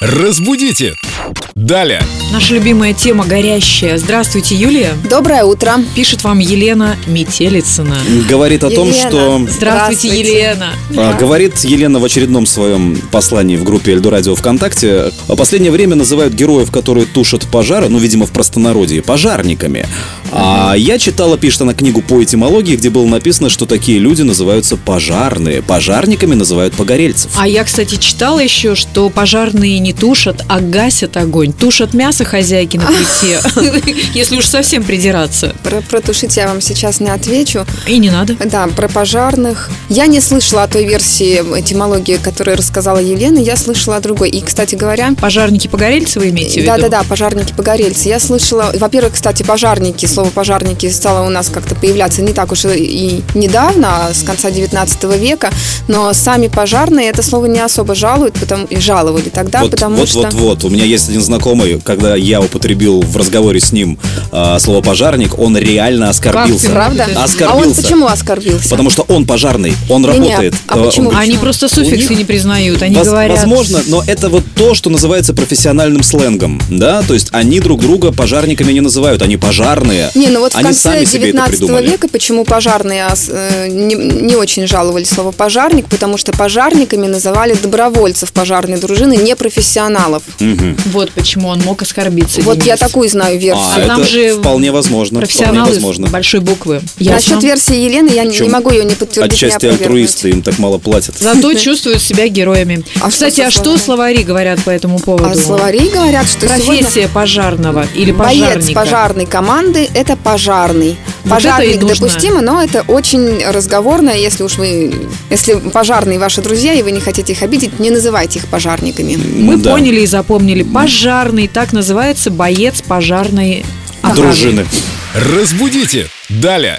Разбудите! Далее! Наша любимая тема горящая. Здравствуйте, Юлия. Доброе утро. Пишет вам Елена Метелицына. Говорит о том, Елена. что... Здравствуйте, Здравствуйте. Елена. А, Говорит Елена в очередном своем послании в группе Эльду Радио ВКонтакте. А Последнее время называют героев, которые тушат пожары, ну, видимо, в простонародье, пожарниками. А я читала, пишет она, книгу по этимологии, где было написано, что такие люди называются пожарные. Пожарниками называют погорельцев. А я, кстати, читала еще, что пожарные не тушат, а гасят огонь. Тушат мясо хозяйки на плите, если уж совсем придираться. Про, про тушить я вам сейчас не отвечу. И не надо. Да, про пожарных. Я не слышала о той версии этимологии, которую рассказала Елена. Я слышала о другой. И, кстати говоря, Пожарники погорельцы вы имеете в виду? Да-да-да, пожарники-погорельцы. Я слышала, во-первых, кстати, пожарники, слово пожарники стало у нас как-то появляться не так уж и недавно, а с конца 19 века, но сами пожарные это слово не особо жалуют, потому и жаловали тогда, вот, потому вот, что... вот, вот. У меня есть один знакомый, когда я употребил в разговоре с ним а, слово пожарник, он реально оскорбился. ты, Правда? А он Оскорбился. почему оскорбился? Потому что он пожарный, он Не-не, работает. а Э, он почему? говорит, Они Почему? просто У суффиксы них- не признают, они Воз- говорят... Возможно, но это вот то, что называется профессиональным сленгом, да, то есть они друг друга пожарниками не называют, они пожарные. Не, ну вот в они конце сами себе это 19 придумали. века почему пожарные а, с, э, не, не очень жаловали слово пожарник, потому что пожарниками называли добровольцев пожарной дружины, не профессионалов. Мгм. Вот почему он мог оскорбиться. Вот я Денис. такую знаю версию. Ну, А, А там это же вполне возможно, Ну, вполне Профессионалы возможно. с большой буквы. Насчет Ясно. версии Елены я не Причем могу ее не подтвердить. не Отчасти опровергнуть. альтруисты, им так мало платят. Зато чувствуют себя героями. А Кстати, что со а что словарями? словари говорят по этому поводу? А словари говорят, что сегодня Профессия пожарного или боец пожарника. пожарной команды – это пожарный. Вот Пожарник это и нужно. допустимо, но это очень разговорно, если уж вы, если пожарные ваши друзья и вы не хотите их обидеть, не называйте их пожарниками. Мы Да. поняли и запомнили. Пожарный, так называется боец пожарной охраны. Дружины. Разбудите! Далее!